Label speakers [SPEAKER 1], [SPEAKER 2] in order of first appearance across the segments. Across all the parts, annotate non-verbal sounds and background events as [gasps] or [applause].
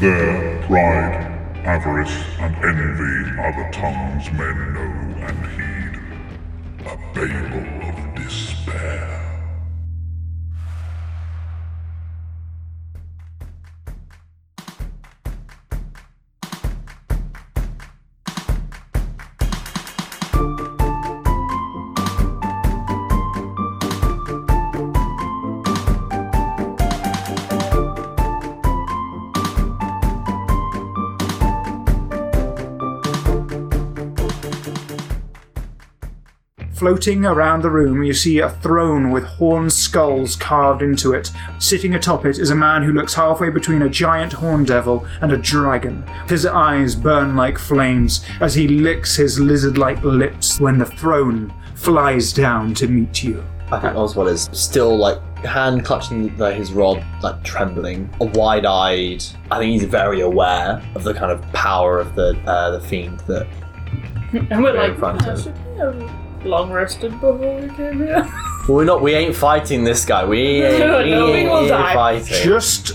[SPEAKER 1] There, pride, avarice, and envy are the tongues men know and heed. A babel of despair.
[SPEAKER 2] Floating around the room, you see a throne with horned skulls carved into it. Sitting atop it is a man who looks halfway between a giant horn devil and a dragon. His eyes burn like flames as he licks his lizard like lips when the throne flies down to meet you.
[SPEAKER 3] I think Oswald is still like hand clutching like, his rod, like trembling, wide eyed. I think he's very aware of the kind of power of the uh, the fiend that
[SPEAKER 4] And we're
[SPEAKER 3] Very
[SPEAKER 4] like,
[SPEAKER 3] frantic.
[SPEAKER 4] "Yeah, should we have long rested before we came here?
[SPEAKER 3] Well, we're not. We ain't fighting this guy.
[SPEAKER 4] [laughs]
[SPEAKER 3] We ain't,
[SPEAKER 4] No,
[SPEAKER 3] we
[SPEAKER 4] no, we
[SPEAKER 3] ain't
[SPEAKER 4] will die.
[SPEAKER 3] fighting.
[SPEAKER 2] Just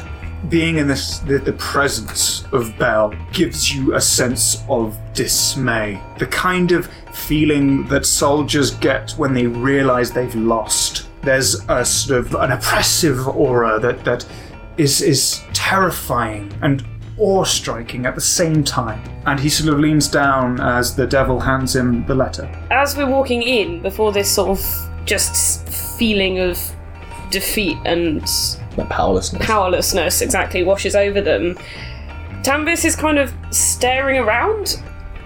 [SPEAKER 2] being in this, the, the presence of Bell gives you a sense of dismay. The kind of feeling that soldiers get when they realize they've lost. There's a sort of an oppressive aura that, that is, is terrifying and awe striking at the same time. And he sort of leans down as the devil hands him the letter.
[SPEAKER 4] As we're walking [laughs] in, before this sort of just feeling of defeat and
[SPEAKER 3] The powerlessness.
[SPEAKER 4] powerlessness exactly washes over them, Tambis is kind of staring around,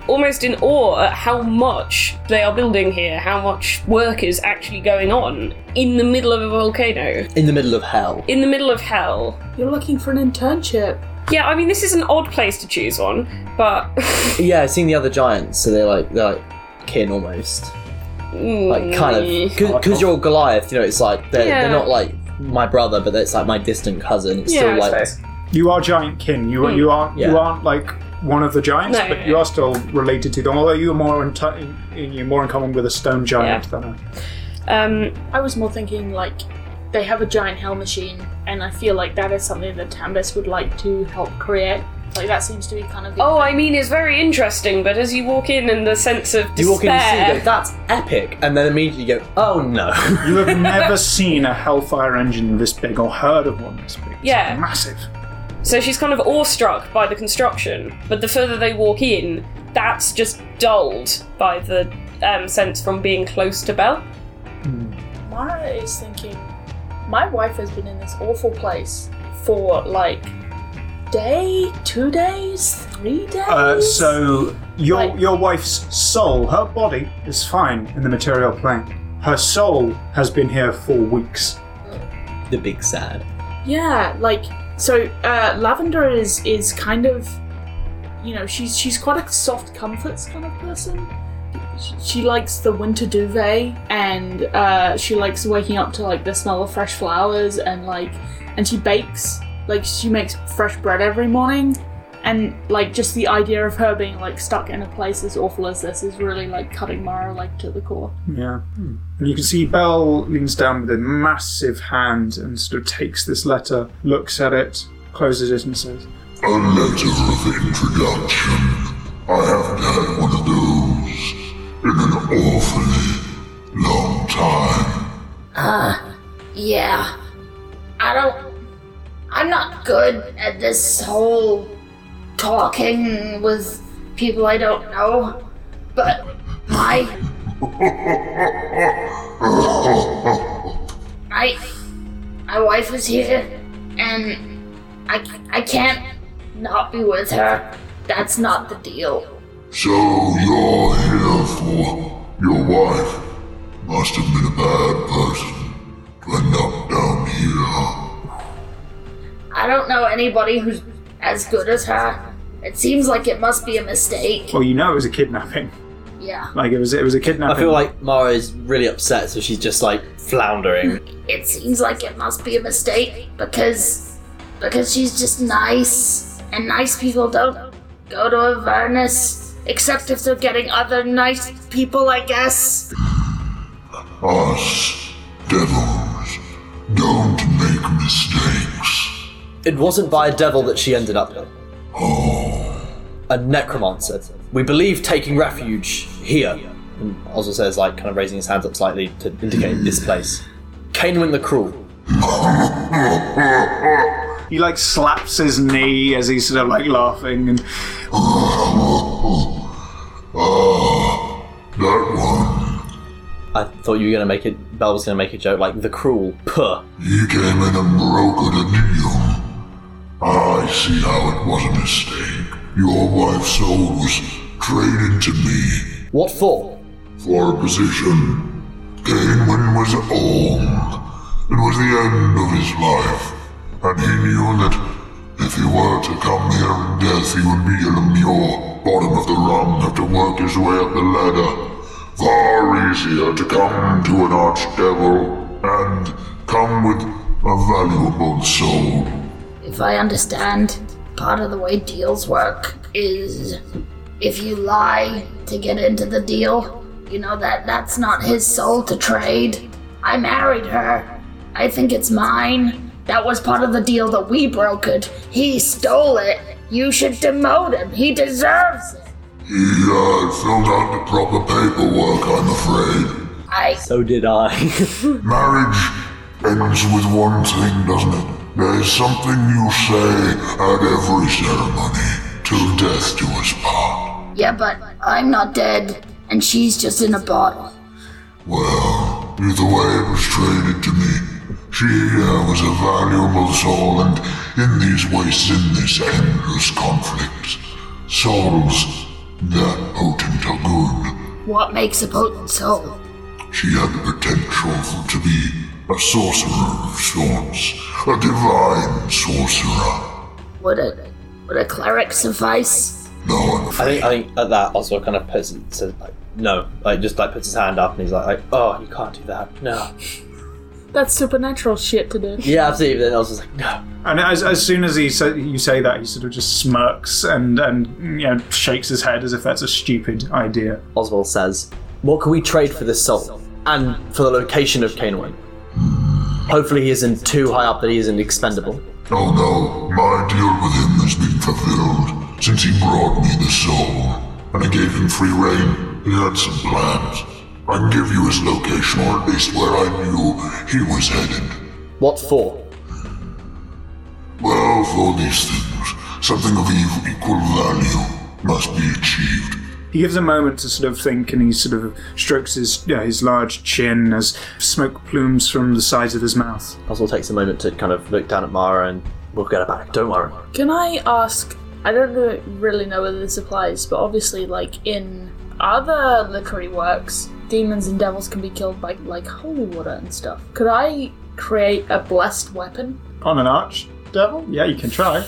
[SPEAKER 4] almost in awe at how much they are building here, how much work is actually going on in the middle of a volcano,
[SPEAKER 3] In the middle of hell.
[SPEAKER 4] in the middle of hell.
[SPEAKER 5] You're looking for an internship.
[SPEAKER 4] Yeah, I mean, this is an odd place to choose one, but. [laughs]
[SPEAKER 3] Yeah, seeing the other giants, so they're like they're like kin almost, like kind of because you're Goliath. You know, it's like they're,
[SPEAKER 4] Mm. Yeah.
[SPEAKER 3] they're not like my brother, but it's like my distant cousin. It's
[SPEAKER 4] Yeah,
[SPEAKER 3] still
[SPEAKER 4] I
[SPEAKER 3] like
[SPEAKER 4] suppose.
[SPEAKER 2] You are giant kin. You are you aren't
[SPEAKER 3] Yeah.
[SPEAKER 2] you aren't like one of the giants,
[SPEAKER 4] Hmm. No,
[SPEAKER 2] but
[SPEAKER 4] no,
[SPEAKER 2] you
[SPEAKER 4] no.
[SPEAKER 2] are still related to them. Although you're more in, t- in, in- you're more in common with a stone giant than a
[SPEAKER 4] Um,
[SPEAKER 5] I was more thinking like they have a giant hell machine, and I feel like that is something that Tambis would like to help create. Like that seems to be kind of. the-
[SPEAKER 4] oh, I mean, it's very interesting, but as you walk in and the sense of despair.
[SPEAKER 3] you walk in and you see, you go, that's epic, and then immediately you go, oh no. [laughs]
[SPEAKER 2] You have
[SPEAKER 4] [laughs]
[SPEAKER 2] never seen a Hellfire engine this big or heard of one this big. It's
[SPEAKER 4] Yeah.
[SPEAKER 2] massive.
[SPEAKER 4] So she's kind of awestruck by the construction, but the further they walk in, that's just dulled by the um, sense from being close to Belle.
[SPEAKER 5] Mara is thinking, my wife has been in this awful place for like day, two days, three days.
[SPEAKER 2] Uh, so your
[SPEAKER 5] Like-
[SPEAKER 2] your wife's soul, her body is fine in the material plane. Her soul has been here for weeks.
[SPEAKER 3] the big sad.
[SPEAKER 5] yeah, like so. Uh, Lavender is is kind of, you know, she's she's quite a soft comforts kind of person. She, she likes the winter duvet, and uh, she likes waking up to like the smell of fresh flowers, and like, and she bakes like she makes fresh bread every morning. And like just the idea of her being like stuck in a place as awful as this is really like cutting Mara like to the core.
[SPEAKER 2] Yeah. And you can see Bell leans down with a massive hand and sort of takes this letter, looks at it, closes it, and says,
[SPEAKER 1] A letter of introduction. I haven't had one of those in an awfully long time.
[SPEAKER 6] Yeah. I don't. I'm not good at this whole talking with people I don't know. But I.
[SPEAKER 1] [laughs]
[SPEAKER 6] I. My wife is here, and I, I can't not be with her. That's not the deal.
[SPEAKER 1] So you're here for your wife. Must have been a bad person to end up down here.
[SPEAKER 6] I don't know anybody who's as good as her. It seems like it must be a mistake.
[SPEAKER 2] Well, you know it was a kidnapping.
[SPEAKER 6] Yeah.
[SPEAKER 2] Like it was, it was a
[SPEAKER 3] I
[SPEAKER 2] kidnapping.
[SPEAKER 3] feel like Mara is really upset, so she's just like floundering.
[SPEAKER 6] it seems like it must be a mistake because because she's just nice and nice people don't go to Avernus except if they're getting other nice people I guess
[SPEAKER 1] Us devils don't make mistakes. [laughs]
[SPEAKER 3] It wasn't by a devil that she ended up with. [gasps] a necromancer. We believe taking refuge here. And Oswald says, like, kind of raising his hands up slightly to indicate this place. Canaan the Cruel.
[SPEAKER 2] He like slaps his knee as he's sort of like laughing and
[SPEAKER 1] Ah, That one.
[SPEAKER 3] I thought you were gonna make it. Bell was gonna make a joke like the cruel. Puh.
[SPEAKER 1] You came in and broke a deal. I see how it was a mistake. Your wife's soul was traded to me
[SPEAKER 3] What for?
[SPEAKER 1] for a position. Gainwin was old. It was the end of his life, and he knew that if he were to come here in death, he would be in the mule, bottom of the rung, have to work his way up the ladder. Far easier to come to an archdevil and come with a valuable soul.
[SPEAKER 6] If I understand, part of the way deals work is if you lie to get into the deal, you know that that's not his soul to trade. I married her. I think it's mine. That was part of the deal that we brokered. He stole it. You should demote him. He deserves it.
[SPEAKER 1] He uh, filled out the proper paperwork, I'm afraid.
[SPEAKER 6] I
[SPEAKER 3] So did I. [laughs]
[SPEAKER 1] Marriage ends with one thing, doesn't it? There's something you say at every ceremony. Till death do us part.
[SPEAKER 6] yeah, but I'm not dead, and she's just in a bottle.
[SPEAKER 1] Well, either way, it was traded to me. She uh, was a valuable soul, and in these wastes, in this endless conflict, souls that potent are good.
[SPEAKER 6] What makes a potent soul?
[SPEAKER 1] She had the potential for- to be a sorcerer of sorts, a divine sorcerer.
[SPEAKER 6] Would a would a cleric suffice?
[SPEAKER 1] No, I'm
[SPEAKER 3] I
[SPEAKER 1] afraid.
[SPEAKER 3] think. I think at that Oswald kind of puts it, says like no, like just like puts his hand up and he's like, like oh you can't do that. No.
[SPEAKER 5] That's supernatural shit to do.
[SPEAKER 3] Yeah, absolutely. But then Oswald's like no.
[SPEAKER 2] and as, as soon as he sa- you say that he sort of just smirks and and you know shakes his head as if that's a stupid idea.
[SPEAKER 3] Oswald says, what can we trade for this soul and for the location of Canaan? Hopefully he isn't too high up that he isn't expendable.
[SPEAKER 1] Oh no, my deal with him has been fulfilled since he brought me the soul. And I gave him free reign. He had some plans. I can give you his location, or at least where I knew he was headed.
[SPEAKER 3] What for?
[SPEAKER 1] Well, for these things, something of ev- equal value must be achieved.
[SPEAKER 2] He gives a moment to sort of think, and he sort of strokes his yeah, his large chin as smoke plumes from the sides of his mouth.
[SPEAKER 3] Oswald takes a moment to kind of look down at Mara and we'll get her back. Don't worry.
[SPEAKER 5] Can I ask? I don't know, really know whether this applies, but obviously, like in other literary works, demons and devils can be killed by like holy water and stuff. Could I create a blessed weapon?
[SPEAKER 2] On an arch, devil? Yeah, you can try.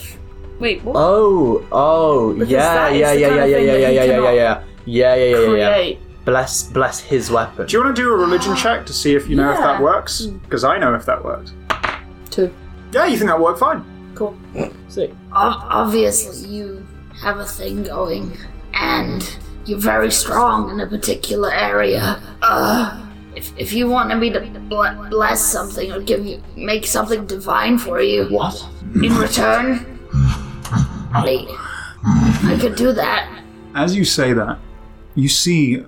[SPEAKER 4] Wait, what?
[SPEAKER 3] Oh, oh,
[SPEAKER 5] Because
[SPEAKER 3] yeah,
[SPEAKER 5] that is
[SPEAKER 3] yeah,
[SPEAKER 5] the
[SPEAKER 3] yeah,
[SPEAKER 5] kind
[SPEAKER 3] yeah,
[SPEAKER 5] of
[SPEAKER 3] yeah,
[SPEAKER 5] thing
[SPEAKER 3] yeah,
[SPEAKER 5] that
[SPEAKER 3] yeah,
[SPEAKER 5] you
[SPEAKER 3] yeah, yeah, yeah,
[SPEAKER 5] cannot
[SPEAKER 3] yeah, yeah, yeah, Oh, yeah, yeah.
[SPEAKER 5] Create.
[SPEAKER 3] Bless, bless his weapon.
[SPEAKER 2] Do you want to do a religion check to see if you know if that
[SPEAKER 5] Yeah.
[SPEAKER 2] works? Because I know if that worked.
[SPEAKER 5] Two.
[SPEAKER 2] Yeah, you think that worked fine.
[SPEAKER 5] Cool.
[SPEAKER 3] Sick.
[SPEAKER 6] Ob- obviously, you have a thing going, and you're very strong in a particular area. Uh, if, if you wanted me to ble- bless something or give you make something divine for you
[SPEAKER 3] What?
[SPEAKER 6] in return, I, I could do that.
[SPEAKER 2] As you say that, you see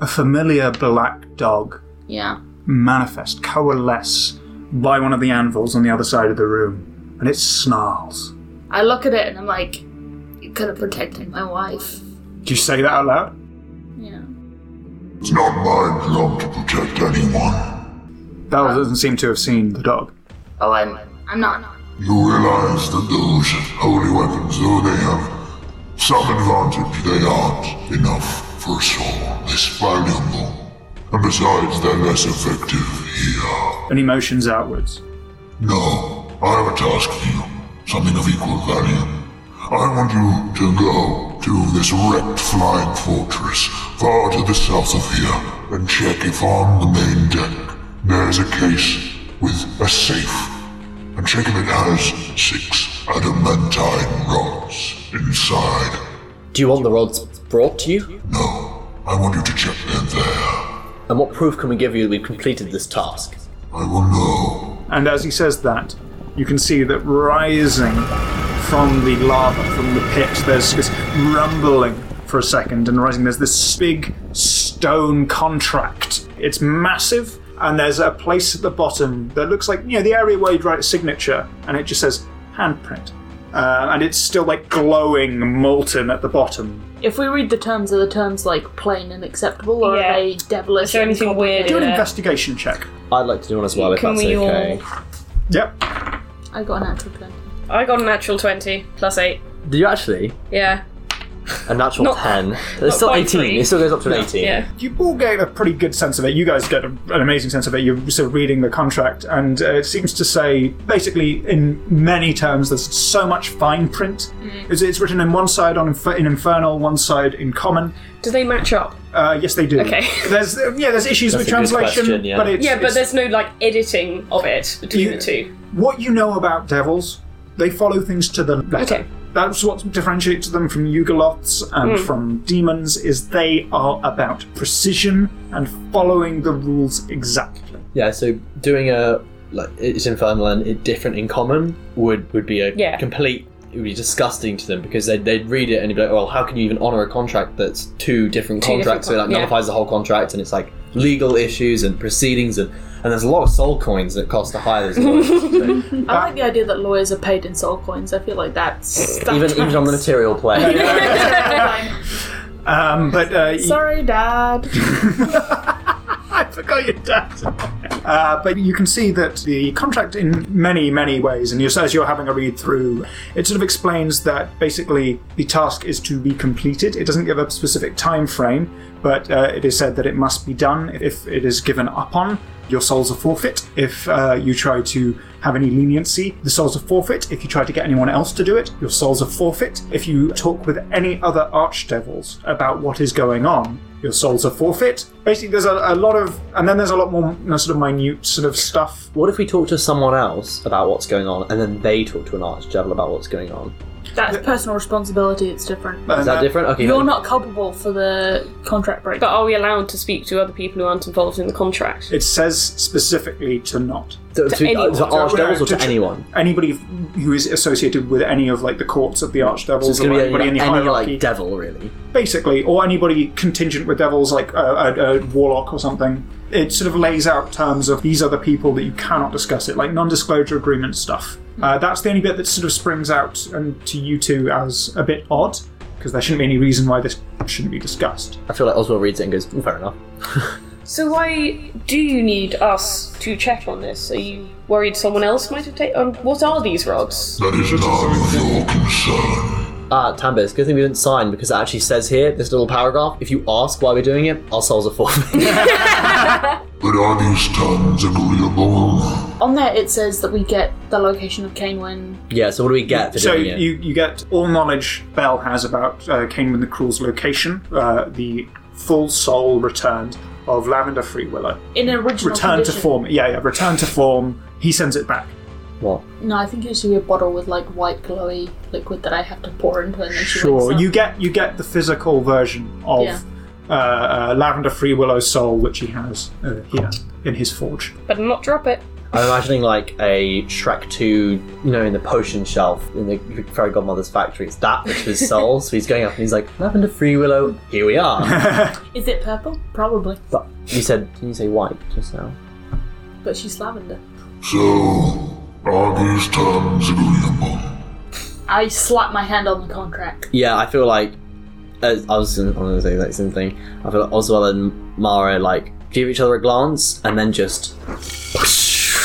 [SPEAKER 2] a familiar black dog
[SPEAKER 6] Yeah.
[SPEAKER 2] manifest, coalesce by one of the anvils on the other side of the room, and it snarls.
[SPEAKER 6] I look at it and I'm like, you could have protected my wife.
[SPEAKER 2] Do you say that out loud?
[SPEAKER 5] Yeah.
[SPEAKER 1] It's not my job to protect anyone.
[SPEAKER 2] Bell doesn't seem to have seen the dog.
[SPEAKER 6] Oh, I'm I'm not.
[SPEAKER 1] You realize that those holy weapons, though they have some advantage, they aren't enough for a soul this valuable. And besides, they're less effective here.
[SPEAKER 2] And he motions outwards.
[SPEAKER 1] No, I have a task for you, something of equal value. I want you to go to this wrecked flying fortress far to the south of here and check if on the main deck there's a case with a safe. And check if it has six adamantine rods inside.
[SPEAKER 3] Do you want the rods brought to you?
[SPEAKER 1] No, I want you to check them there.
[SPEAKER 3] And what proof can we give you that we've completed this task?
[SPEAKER 1] I will know.
[SPEAKER 2] And as he says that, you can see that rising from the lava, from the pit, there's this rumbling for a second, and rising, there's this big stone contract. It's massive, and there's a place at the bottom that looks like, you know, the area where you'd write a signature, and it just says handprint. Uh, and it's still like glowing molten at the bottom.
[SPEAKER 5] If we read the terms, are the terms like plain and acceptable, or are
[SPEAKER 4] Yeah.
[SPEAKER 5] they devilish?
[SPEAKER 4] Is there
[SPEAKER 5] and
[SPEAKER 4] anything weird
[SPEAKER 2] Do
[SPEAKER 5] complicated?
[SPEAKER 2] an
[SPEAKER 4] Yeah.
[SPEAKER 2] investigation check.
[SPEAKER 3] I'd like to do one as well if
[SPEAKER 4] Can
[SPEAKER 3] that's
[SPEAKER 4] we all-
[SPEAKER 3] okay.
[SPEAKER 2] Yep.
[SPEAKER 5] I got an actual ten.
[SPEAKER 4] I got a natural 20, plus 8.
[SPEAKER 3] Do you actually?
[SPEAKER 4] Yeah.
[SPEAKER 3] A natural
[SPEAKER 4] Not- [laughs]
[SPEAKER 3] 10. It's still
[SPEAKER 4] quite
[SPEAKER 3] 18.
[SPEAKER 4] three.
[SPEAKER 3] It still goes up to an 18.
[SPEAKER 4] Yeah.
[SPEAKER 2] You all get a pretty good sense of it. You guys get a, an amazing sense of it. You're sort of reading the contract, and uh, it seems to say basically in many terms there's so much fine print.
[SPEAKER 4] Mm.
[SPEAKER 2] It's, it's written in one side on infer- in infernal, one side in common.
[SPEAKER 4] Do they match up?
[SPEAKER 2] Uh, yes, they do.
[SPEAKER 4] Okay.
[SPEAKER 2] [laughs] There's yeah, there's issues with
[SPEAKER 3] a good
[SPEAKER 2] translation,
[SPEAKER 3] question, yeah.
[SPEAKER 2] but it's,
[SPEAKER 4] Yeah, but
[SPEAKER 2] it's-
[SPEAKER 4] there's no like editing of it between
[SPEAKER 2] Yeah.
[SPEAKER 4] the two.
[SPEAKER 2] what you know about devils, they follow things to the letter.
[SPEAKER 4] Okay. Mm.
[SPEAKER 2] That's what differentiates them from Yugoloths and from demons is they are about precision and following the rules exactly.
[SPEAKER 3] Yeah, so doing a like it's infernal and it different in common would would be a
[SPEAKER 4] Yeah.
[SPEAKER 3] complete it would be disgusting to them because they'd, they'd read it and you'd be like, well, how can you even honor a contract that's two different
[SPEAKER 4] Two different
[SPEAKER 3] contracts? so it
[SPEAKER 4] con-
[SPEAKER 3] like
[SPEAKER 4] yeah.
[SPEAKER 3] nullifies the whole contract and it's like legal issues and proceedings and, and there's a lot of soul coins that cost a high
[SPEAKER 4] [laughs]
[SPEAKER 3] as well. even
[SPEAKER 4] Uh,
[SPEAKER 5] I like the idea that lawyers are paid in soul coins. I feel like that's that
[SPEAKER 3] even on the
[SPEAKER 5] [laughs] tracks.
[SPEAKER 3] material plane. [laughs]
[SPEAKER 2] Um, but [laughs] uh, you-
[SPEAKER 5] Sorry, Dad.
[SPEAKER 2] I forgot your dad. [laughs] Uh, but you can see that the contract, in many, many ways, and you- as you're having a read through, it sort of explains that basically the task is to be completed. It doesn't give a specific time frame, but uh, it is said that it must be done. If it is given up on, your souls are forfeit. If uh, you try to have any leniency, the souls are forfeit. If you try to get anyone else to do it, your souls are forfeit. If you talk with any other archdevils about what is going on, your souls are forfeit. Basically, there's a, a lot of, and then there's a lot more you know, sort of minute sort of stuff.
[SPEAKER 3] what if we talk to someone else about what's going on and then they talk to an archdevil about what's going on?
[SPEAKER 5] That's personal responsibility. It's different.
[SPEAKER 3] Is that different? Okay.
[SPEAKER 5] You're
[SPEAKER 3] no.
[SPEAKER 5] not culpable for the contract break.
[SPEAKER 4] But are we allowed to speak to other people who aren't involved in the contract?
[SPEAKER 2] It says specifically to not
[SPEAKER 3] to, to, to
[SPEAKER 4] anyone.
[SPEAKER 3] archdevils or to anyone?
[SPEAKER 2] anybody who is associated with any of like the courts of the archdevils
[SPEAKER 3] So it's
[SPEAKER 2] or
[SPEAKER 3] going to
[SPEAKER 2] anybody
[SPEAKER 3] be like,
[SPEAKER 2] in the
[SPEAKER 3] any
[SPEAKER 2] hierarchy,
[SPEAKER 3] like devil, really.
[SPEAKER 2] basically, or anybody contingent with devils like a, a, a warlock or something. It sort of lays out terms of these are the people that you cannot discuss it, like non-disclosure agreement stuff. Uh, that's the only bit that sort of springs out and to you two as a bit odd because there shouldn't be any reason why this shouldn't be discussed.
[SPEAKER 3] I feel like Oswald reads it and goes, "Mm, fair enough.
[SPEAKER 4] So why do you need us to check on this? Are you worried someone else might have taken? Um, what are these rods?
[SPEAKER 1] That is none of your concern.
[SPEAKER 3] Ah, Tambis, good thing we didn't sign because it actually says here, this little paragraph, if you ask why we're doing it, our souls are forfeit.
[SPEAKER 1] But are these terms agreeable?
[SPEAKER 5] On there, it says that we get the location of Cainwin.
[SPEAKER 3] [laughs] yeah, so what do we get for
[SPEAKER 2] So
[SPEAKER 3] doing it?
[SPEAKER 2] you, you get all knowledge Bell has about uh, Cainwin the Cruel's location, uh, the full soul returned of Lavender Free Willow.
[SPEAKER 5] In an original
[SPEAKER 2] Return to
[SPEAKER 5] condition.
[SPEAKER 2] form. Yeah, yeah, return to form. He sends it back.
[SPEAKER 3] What?
[SPEAKER 5] No, I think it should be a bottle with like white glowy liquid that I have to pour into, and then she
[SPEAKER 2] Sure.
[SPEAKER 5] wakes up.
[SPEAKER 2] You get you get the physical version of
[SPEAKER 5] Yeah.
[SPEAKER 2] uh, uh, Lavender Free Willow soul, which he has uh, here in his forge.
[SPEAKER 4] Better not drop it.
[SPEAKER 3] I'm imagining like a Shrek 2, you know, in the potion shelf in the fairy godmother's factory. It's that which was souls. so he's going up and he's like, Lavender Free Willow, here we are.
[SPEAKER 5] Is it purple? Probably,
[SPEAKER 3] but you said, didn't you say white just now?
[SPEAKER 5] but she's lavender.
[SPEAKER 1] So, are these terms agreeable?
[SPEAKER 5] I slap my hand on the contract.
[SPEAKER 3] Yeah, I feel like uh, I was gonna, I'm gonna say the exact same thing. I feel like Oswald and Mara like give each other a glance and then just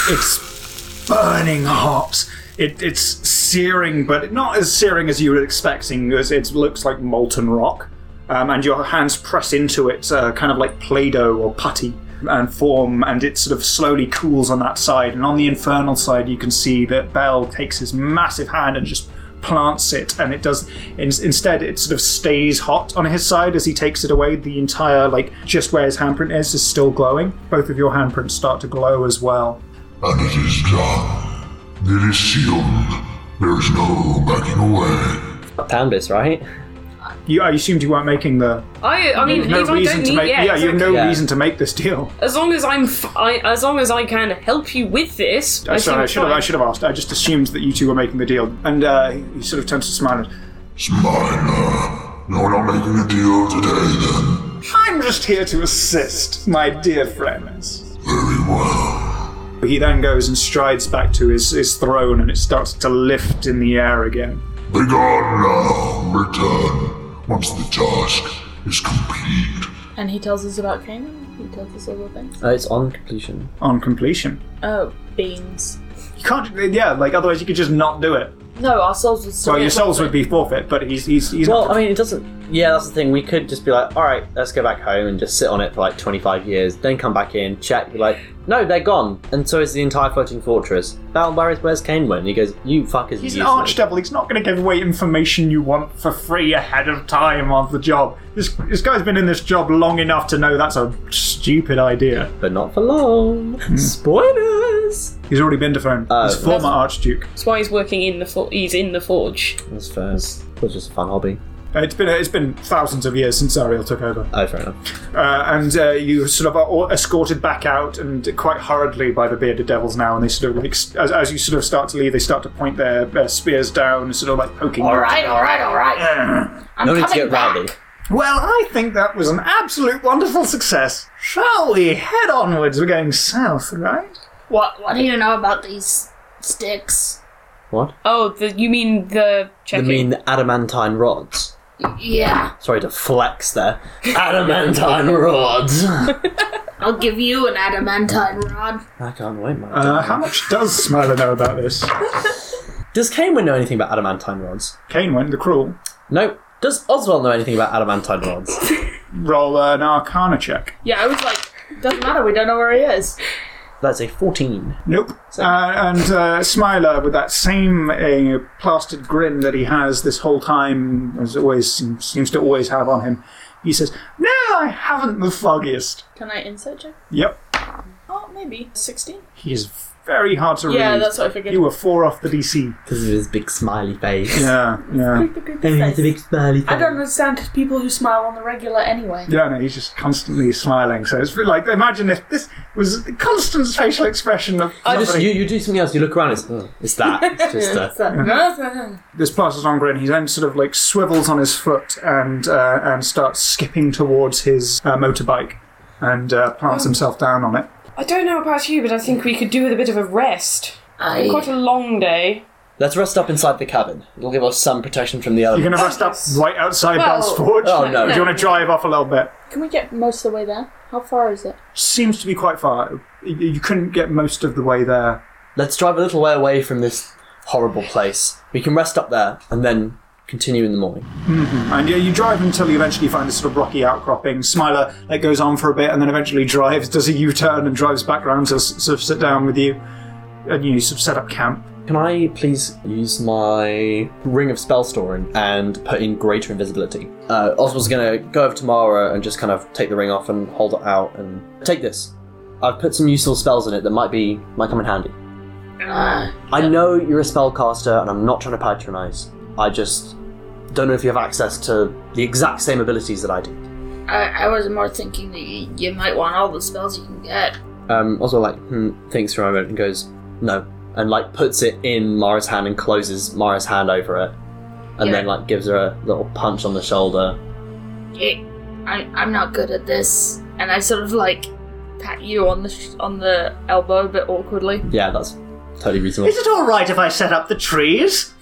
[SPEAKER 2] It's burning hot. It, it's searing, but not as searing as you were expecting. As it looks like molten rock, um, and your hands press into it, uh, kind of like play-doh or putty, and form. And it sort of slowly cools on that side. And on the infernal side, you can see that Bell takes his massive hand and just plants it, and it does. In, instead, it sort of stays hot on his side as he takes it away. The entire, like, just where his handprint is, is still glowing. Both of your handprints start to glow as well.
[SPEAKER 1] And it is done. It is sealed. There is no backing away.
[SPEAKER 3] found this, right?
[SPEAKER 2] You, I assumed you weren't making the.
[SPEAKER 4] I, I mean,
[SPEAKER 2] No
[SPEAKER 4] if I
[SPEAKER 2] reason
[SPEAKER 4] don't
[SPEAKER 2] to
[SPEAKER 4] need,
[SPEAKER 2] make.
[SPEAKER 4] yeah,
[SPEAKER 2] you have
[SPEAKER 4] exactly.
[SPEAKER 2] no
[SPEAKER 3] Yeah.
[SPEAKER 2] reason to make this deal.
[SPEAKER 4] As long as I'm, f- I, as long as I can help you with this, I,
[SPEAKER 2] So
[SPEAKER 4] think
[SPEAKER 2] I should have.
[SPEAKER 4] fine.
[SPEAKER 2] I should have asked. I just assumed that you two were making the deal. And uh, he sort of turns to smile. and,
[SPEAKER 1] It's minor. No, we're not making a deal today then.
[SPEAKER 2] I'm just here to assist, my dear friends.
[SPEAKER 1] Very well.
[SPEAKER 2] He then goes and strides back to his, his throne, and it starts to lift in the air again.
[SPEAKER 1] Begone now. Return once the task is complete.
[SPEAKER 5] And he tells us about Kanan. He tells us all the things.
[SPEAKER 3] Uh, it's on completion.
[SPEAKER 2] On completion,
[SPEAKER 5] Oh, beans.
[SPEAKER 2] you can't. Yeah, like otherwise you could just not do it.
[SPEAKER 5] No, our souls would still.
[SPEAKER 2] Well, your souls would be forfeit, but he's he's he's
[SPEAKER 3] Well,
[SPEAKER 2] not.
[SPEAKER 3] I mean, it doesn't. Yeah, that's the thing. We could just be like, all right, let's go back home and just sit on it for like 25 years, then come back in, check. Be like, no, they're gone. And so is the entire floating fortress. Val worries, where's Kane went? And he goes, you fuckers.
[SPEAKER 2] He's
[SPEAKER 3] you
[SPEAKER 2] an archdevil. He's not going to give away information you want for free ahead of time on the job. This this guy's been in this job long enough to know that's a stupid idea.
[SPEAKER 3] But not for long. Spoilers!
[SPEAKER 2] He's already been dethroned.
[SPEAKER 3] Oh.
[SPEAKER 2] He's former archduke.
[SPEAKER 4] That's why he's working in the, for- he's in the forge.
[SPEAKER 3] That's fair. It was just a fun hobby.
[SPEAKER 2] Uh, it's been it's been thousands of years since Ariel took over,
[SPEAKER 3] Oh, fair enough.
[SPEAKER 2] uh, and uh, you sort of are all escorted back out and quite hurriedly by the bearded devils now. And they sort of like s- as, as you sort of start to leave, they start to point their, their spears down, sort of like poking. you.
[SPEAKER 6] All right, all right, all right. I'm
[SPEAKER 3] No need to
[SPEAKER 6] coming
[SPEAKER 3] get
[SPEAKER 6] back.
[SPEAKER 3] rowdy.
[SPEAKER 2] Well, I think that was an absolute wonderful success. Shall we head onwards? We're going south, right?
[SPEAKER 6] What What do you know about these sticks?
[SPEAKER 3] What?
[SPEAKER 4] Oh, the, you mean the
[SPEAKER 3] You
[SPEAKER 4] checking?
[SPEAKER 3] mean the adamantine rods?
[SPEAKER 6] Yeah,
[SPEAKER 3] Sorry to flex there. Adamantine rods! I
[SPEAKER 6] I'll give you an adamantine rod.
[SPEAKER 3] can't wait, man.
[SPEAKER 2] Uh, how much does Smiler know about this?
[SPEAKER 3] Does Kaneman know anything about adamantine rods?
[SPEAKER 2] Kane went the cruel.
[SPEAKER 3] No. Does Oswald know anything about adamantine rods?
[SPEAKER 2] Roll an Arcana check.
[SPEAKER 5] Yeah, I was like, doesn't matter. We don't know where he is.
[SPEAKER 3] That's a 14.
[SPEAKER 2] Nope. Uh, and uh, Smiler, with that same uh, plastered grin that he has this whole time, as always seems, seems to always have on him, he says, "No, I haven't the foggiest."
[SPEAKER 5] Can I insight check?
[SPEAKER 2] Yep.
[SPEAKER 5] Oh, maybe sixteen.
[SPEAKER 2] He is very hard to read.
[SPEAKER 5] Yeah, that's what I figured.
[SPEAKER 2] You were four off the DC.
[SPEAKER 3] Because of his big smiley face.
[SPEAKER 2] Yeah, yeah.
[SPEAKER 5] Creepy, creepy face.
[SPEAKER 3] smiley face.
[SPEAKER 5] I don't understand people who smile on the regular anyway.
[SPEAKER 2] Yeah, no, he's just constantly smiling. So it's like imagine if this was a constant facial expression of
[SPEAKER 3] I just,
[SPEAKER 2] somebody.
[SPEAKER 3] you, you do something else, you look around, it's, "Ugh, [laughs] it's that. It's just uh,
[SPEAKER 2] this plasters on grin. He then sort of like swivels on his foot and uh, and starts skipping towards his uh, motorbike and uh, plants himself down on it.
[SPEAKER 4] I don't know about you, but I think we could do with a bit of a rest.
[SPEAKER 6] I
[SPEAKER 4] Quite a long day.
[SPEAKER 3] Let's rest up inside the cabin. It'll give us some protection from the
[SPEAKER 2] You're
[SPEAKER 3] elements.
[SPEAKER 2] going to rest up right outside
[SPEAKER 4] Well-
[SPEAKER 2] Bell's Forge.
[SPEAKER 3] Oh, no.
[SPEAKER 2] Do you want to drive off a little bit?
[SPEAKER 5] Can we get most of the way there? How far is it?
[SPEAKER 2] Seems to be quite far. You- You couldn't get most of the way there.
[SPEAKER 3] Let's drive a little way away from this horrible place. We can rest up there and then continue in the morning.
[SPEAKER 2] And yeah, you drive until you eventually find this sort of rocky outcropping. Smiler like goes on for a bit and then eventually drives, does a U-turn and drives back round to s- sort of sit down with you, and you sort of set up camp.
[SPEAKER 3] Can I please use my ring of spell storing and put in greater invisibility? Uh, Oswald's gonna go over to Mara and just kind of take the ring off and hold it out and take this. I've put some useful spells in it that might be might come in handy.
[SPEAKER 6] uh,
[SPEAKER 3] I know you're a spellcaster, and I'm not trying to patronize. I just don't know if you have access to the exact same abilities that I do.
[SPEAKER 6] I, I was more thinking that you, you might want all the spells you can get.
[SPEAKER 3] Um, Oswald like hmm, thinks for a moment and goes, "No," and like puts it in Mara's hand and closes Mara's hand over it, and
[SPEAKER 6] Yeah.
[SPEAKER 3] then like gives her a little punch on the shoulder.
[SPEAKER 6] It, I, I'm not good at this, and I sort of like pat you on the sh- on the elbow a bit awkwardly.
[SPEAKER 3] Yeah, that's totally reasonable.
[SPEAKER 2] it all right if I set up the trees?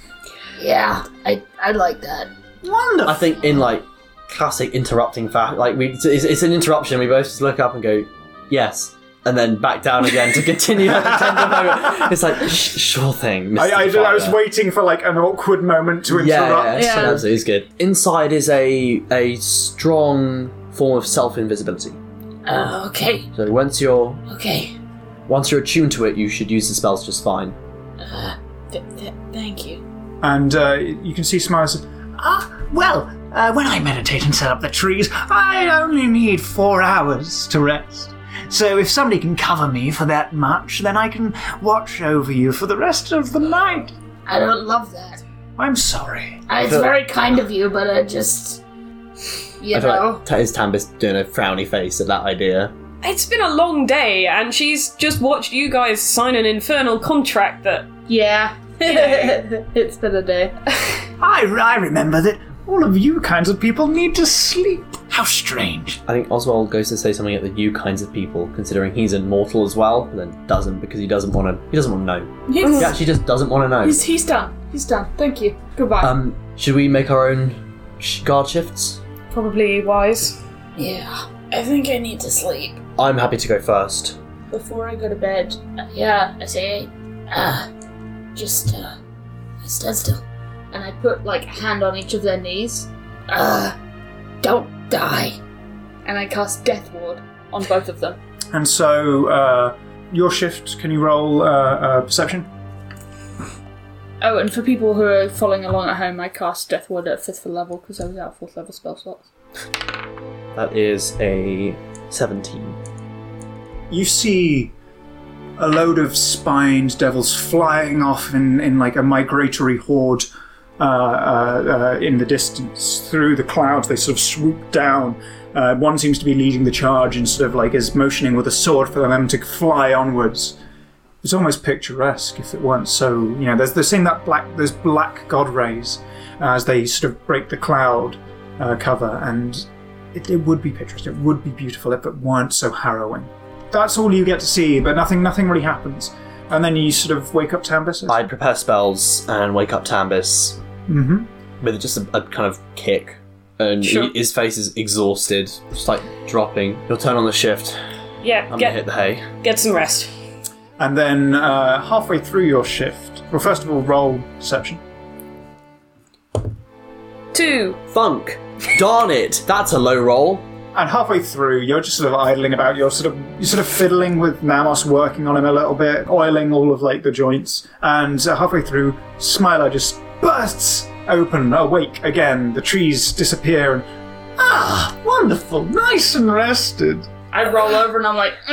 [SPEAKER 6] Yeah, I I like that.
[SPEAKER 2] Wonderful.
[SPEAKER 3] I think in like classic interrupting fashion, like we it's, it's an interruption. We both just look up and go, yes, and then back down again to continue. at the tender moment. It's like "Sh- sure thing. Mr.
[SPEAKER 2] I, I, I was
[SPEAKER 3] Fire."
[SPEAKER 2] waiting for like an awkward moment to
[SPEAKER 3] Yeah,
[SPEAKER 2] interrupt.
[SPEAKER 3] yeah, yeah. absolutely, it's good. Inside is a a strong form of self invisibility.
[SPEAKER 6] Uh, okay,
[SPEAKER 3] So once you're
[SPEAKER 6] okay.
[SPEAKER 3] once you're attuned to it, you should use the spells just fine.
[SPEAKER 6] Th- th- thank you.
[SPEAKER 2] And uh, you can see Smiler says, Ah, well, uh, when I meditate and set up the trees, I only need four hours to rest. So if somebody can cover me for that much, then I can watch over you for the rest of the night.
[SPEAKER 6] I don't love that.
[SPEAKER 2] I'm sorry.
[SPEAKER 6] Uh, It's
[SPEAKER 3] So-
[SPEAKER 6] very kind of you, but I just You
[SPEAKER 3] I feel
[SPEAKER 6] know?
[SPEAKER 3] like Ta- is Tambis doing a frowny face at that idea?
[SPEAKER 4] It's been a long day, and she's just watched you guys sign an infernal contract that.
[SPEAKER 5] Yeah. it's been a day.
[SPEAKER 2] I, I remember that all of you kinds of people need to sleep. How strange.
[SPEAKER 3] I think Oswald goes to say something at the you kinds of people, considering he's immortal as well, and then doesn't because he doesn't want to. He doesn't want to know. He
[SPEAKER 5] He's,
[SPEAKER 3] actually just doesn't want to know.
[SPEAKER 5] he's, he's done. He's done. Thank you. Goodbye.
[SPEAKER 3] Um, should we make our own sh- guard shifts?
[SPEAKER 4] Probably wise.
[SPEAKER 6] Yeah. I think I need to sleep.
[SPEAKER 3] I'm happy to go first.
[SPEAKER 5] Before I go to bed,
[SPEAKER 6] Uh, yeah, I say, uh, just, uh, stand still. And I put, like, a hand on each of their knees. Uh, don't die.
[SPEAKER 5] and I cast Death Ward on both of them.
[SPEAKER 2] And so, uh, your shift, can you roll uh, uh, perception?
[SPEAKER 5] Oh, and for people who are following along at home, I cast Death Ward at fifth level because I was out of fourth level spell slots.
[SPEAKER 3] That is a 17.
[SPEAKER 2] You see a load of spined devils flying off in, in like a migratory horde uh, uh, uh, in the distance through the clouds. They sort of swoop down. Uh, one seems to be leading the charge and sort of like is motioning with a sword for them to fly onwards. It's almost picturesque if it weren't so. You know, there's they're seeing that black, those black god rays uh, as they sort of break the cloud uh, cover, and it, it would be picturesque. It would be beautiful if it weren't so harrowing that's all you get to see, but nothing nothing really happens. And then you sort of wake up Tambis.
[SPEAKER 3] I'd prepare spells and wake up Tambis
[SPEAKER 2] Mm-hmm.
[SPEAKER 3] with just a, a kind of kick. And
[SPEAKER 4] Sure.
[SPEAKER 3] he- his face is exhausted, just like dropping. He'll turn on the shift.
[SPEAKER 4] Yeah,
[SPEAKER 3] I'm gonna
[SPEAKER 4] get
[SPEAKER 3] hit the hay.
[SPEAKER 4] get some rest.
[SPEAKER 2] And then uh, halfway through your shift, well, first of all, roll perception.
[SPEAKER 4] Two.
[SPEAKER 3] Funk! Darn it! That's a low roll.
[SPEAKER 2] And halfway through, you're just sort of idling about. You're sort of you're sort of fiddling with Namos, working on him a little bit, oiling all of like the joints. And uh, halfway through, Smiler just bursts open, awake again. The trees disappear, and ah, wonderful, nice and rested.
[SPEAKER 5] I roll over and I'm like,
[SPEAKER 2] [laughs]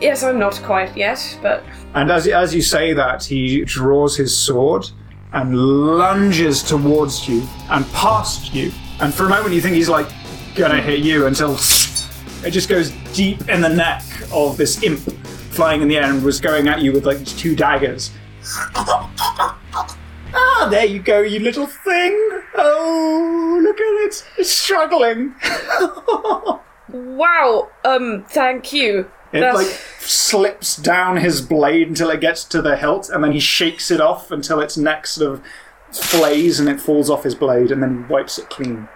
[SPEAKER 4] Yes, I'm not quite yet, but
[SPEAKER 2] And as, as you say that, he draws his sword and lunges towards you and past you. And for a moment, you think he's like gonna hit you until it just goes deep in the neck of this imp flying in the air and was going at you with like these two daggers. Ah, there you go, you little thing! Oh, look at it! It's struggling!
[SPEAKER 4] wow. Um, thank you.
[SPEAKER 2] It
[SPEAKER 4] That's-
[SPEAKER 2] like slips down his blade until it gets to the hilt, and then he shakes it off until its neck sort of flays and it falls off his blade, and then he wipes it clean.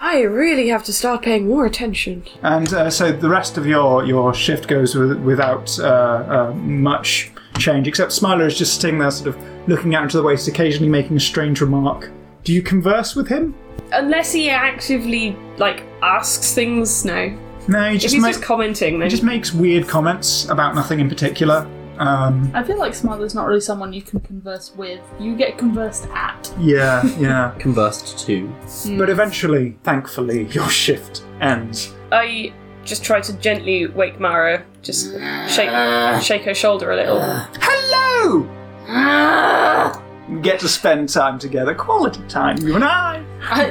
[SPEAKER 4] I really have to start paying more attention.
[SPEAKER 2] And uh, so the rest of your your shift goes with, without uh, uh, much change, except Smiler is just sitting there, sort of looking out into the waste, occasionally making a strange remark. Do you converse with him?
[SPEAKER 4] Unless he actively like asks things, no.
[SPEAKER 2] No, he
[SPEAKER 4] If
[SPEAKER 2] just,
[SPEAKER 4] he's
[SPEAKER 2] ma-
[SPEAKER 4] just commenting,
[SPEAKER 2] he
[SPEAKER 4] then
[SPEAKER 2] just makes weird comments about nothing in particular. Um,
[SPEAKER 5] I feel like Smiler's not really someone you can converse with. You get conversed at.
[SPEAKER 2] yeah, yeah.
[SPEAKER 4] [laughs]
[SPEAKER 3] Conversed to.
[SPEAKER 2] But eventually, thankfully, your shift ends.
[SPEAKER 4] I just try to gently wake Mara, just shake shake her shoulder a little.
[SPEAKER 2] Hello! We get to spend time together, quality time, you and I.
[SPEAKER 5] I, [laughs]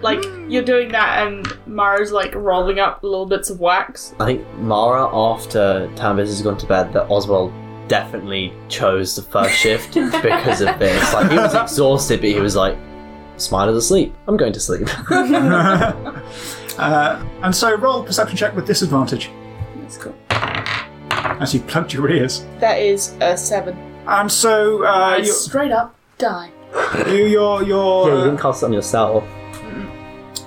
[SPEAKER 5] like, you're doing that and Mara's like rolling up little bits of wax.
[SPEAKER 3] I think Mara, after Tambis has gone to bed, that Oswald definitely chose the first
[SPEAKER 4] [laughs]
[SPEAKER 3] shift because of this. Like, he was exhausted, but he was like, Smiler's asleep. I'm going to sleep.
[SPEAKER 2] Uh, and so roll perception check with disadvantage
[SPEAKER 5] That's cool.
[SPEAKER 2] as you plugged your ears.
[SPEAKER 5] That is a seven.
[SPEAKER 2] And so uh,
[SPEAKER 5] I straight up die.
[SPEAKER 2] you, you, your your
[SPEAKER 3] yeah,
[SPEAKER 4] Uh,
[SPEAKER 3] you didn't cast it on yourself.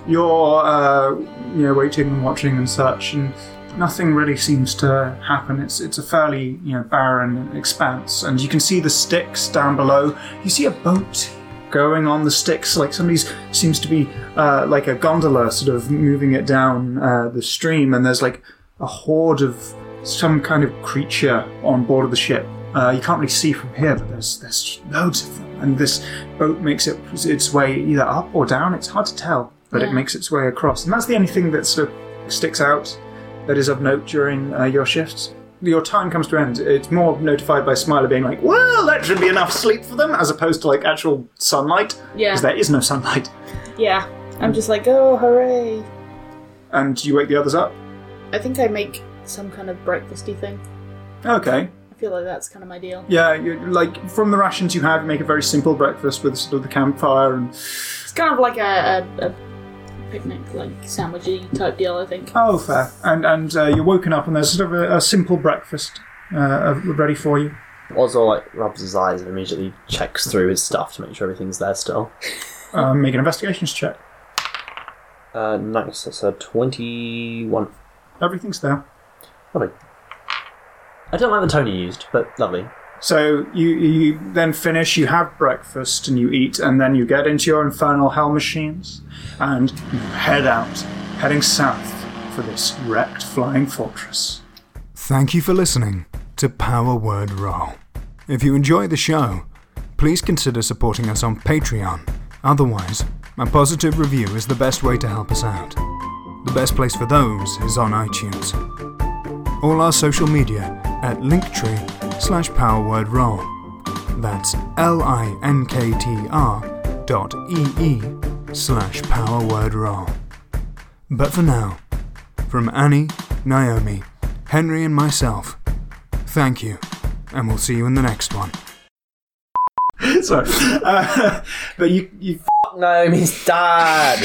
[SPEAKER 2] your uh, you know waiting and watching and such, and nothing really seems to happen. It's it's a fairly you know barren expanse, and you can see the sticks down below. You see a boat going on the sticks, like somebody's seems to be uh, like a gondola, sort of moving it down uh, the stream, and there's like a horde of some kind of creature on board of the ship. Uh, you can't really see from here, but there's there's loads of them, and this boat makes it its way either up or down. It's hard to tell, but it makes its way across, and that's the only thing that sort of sticks out that is of note during uh, your shifts. Your time comes to end. It's more notified by Smiler being like, "Well, that should be enough sleep for them," as opposed to like actual sunlight,
[SPEAKER 5] Yeah.
[SPEAKER 2] because there is no sunlight.
[SPEAKER 5] Yeah. I'm just like, oh, hooray.
[SPEAKER 2] And you wake the others up?
[SPEAKER 5] I think I make some kind of breakfasty thing.
[SPEAKER 2] Okay.
[SPEAKER 5] I feel like that's kind of my deal.
[SPEAKER 2] Yeah, you, like from the rations you have, you make a very simple breakfast with sort of the campfire and
[SPEAKER 5] It's kind of like a, a, a picnic, like sandwichy type deal, I think.
[SPEAKER 2] oh, fair. And and uh, you're woken up and there's sort of a, a simple breakfast uh, uh, ready for you.
[SPEAKER 3] Ozor like rubs his eyes and immediately checks through his stuff to make sure everything's there still.
[SPEAKER 2] Uh, make an investigations check.
[SPEAKER 3] Uh, nice. That's a twenty-one.
[SPEAKER 2] Everything's there.
[SPEAKER 3] Lovely. I don't like the tone you used, but lovely.
[SPEAKER 2] So you you then finish, you have breakfast and you eat, and then you get into your infernal hell machines and you head out, heading south for this wrecked flying fortress.
[SPEAKER 7] Thank you for listening to Power Word Roll. If you enjoy the show, please consider supporting us on Patreon. Otherwise, a positive review is the best way to help us out. The best place for those is on iTunes. All our social media at linktree slash Power Word Roll. That's L-I-N-K-T-R dot E-E slash Power Word Roll. But for now, from Annie, Naomi, Henry, and myself. Thank you, and we'll see you in the next one.
[SPEAKER 2] [laughs] Sorry. Uh, [laughs] but you, you
[SPEAKER 3] [laughs] Fuck Naomi's dad.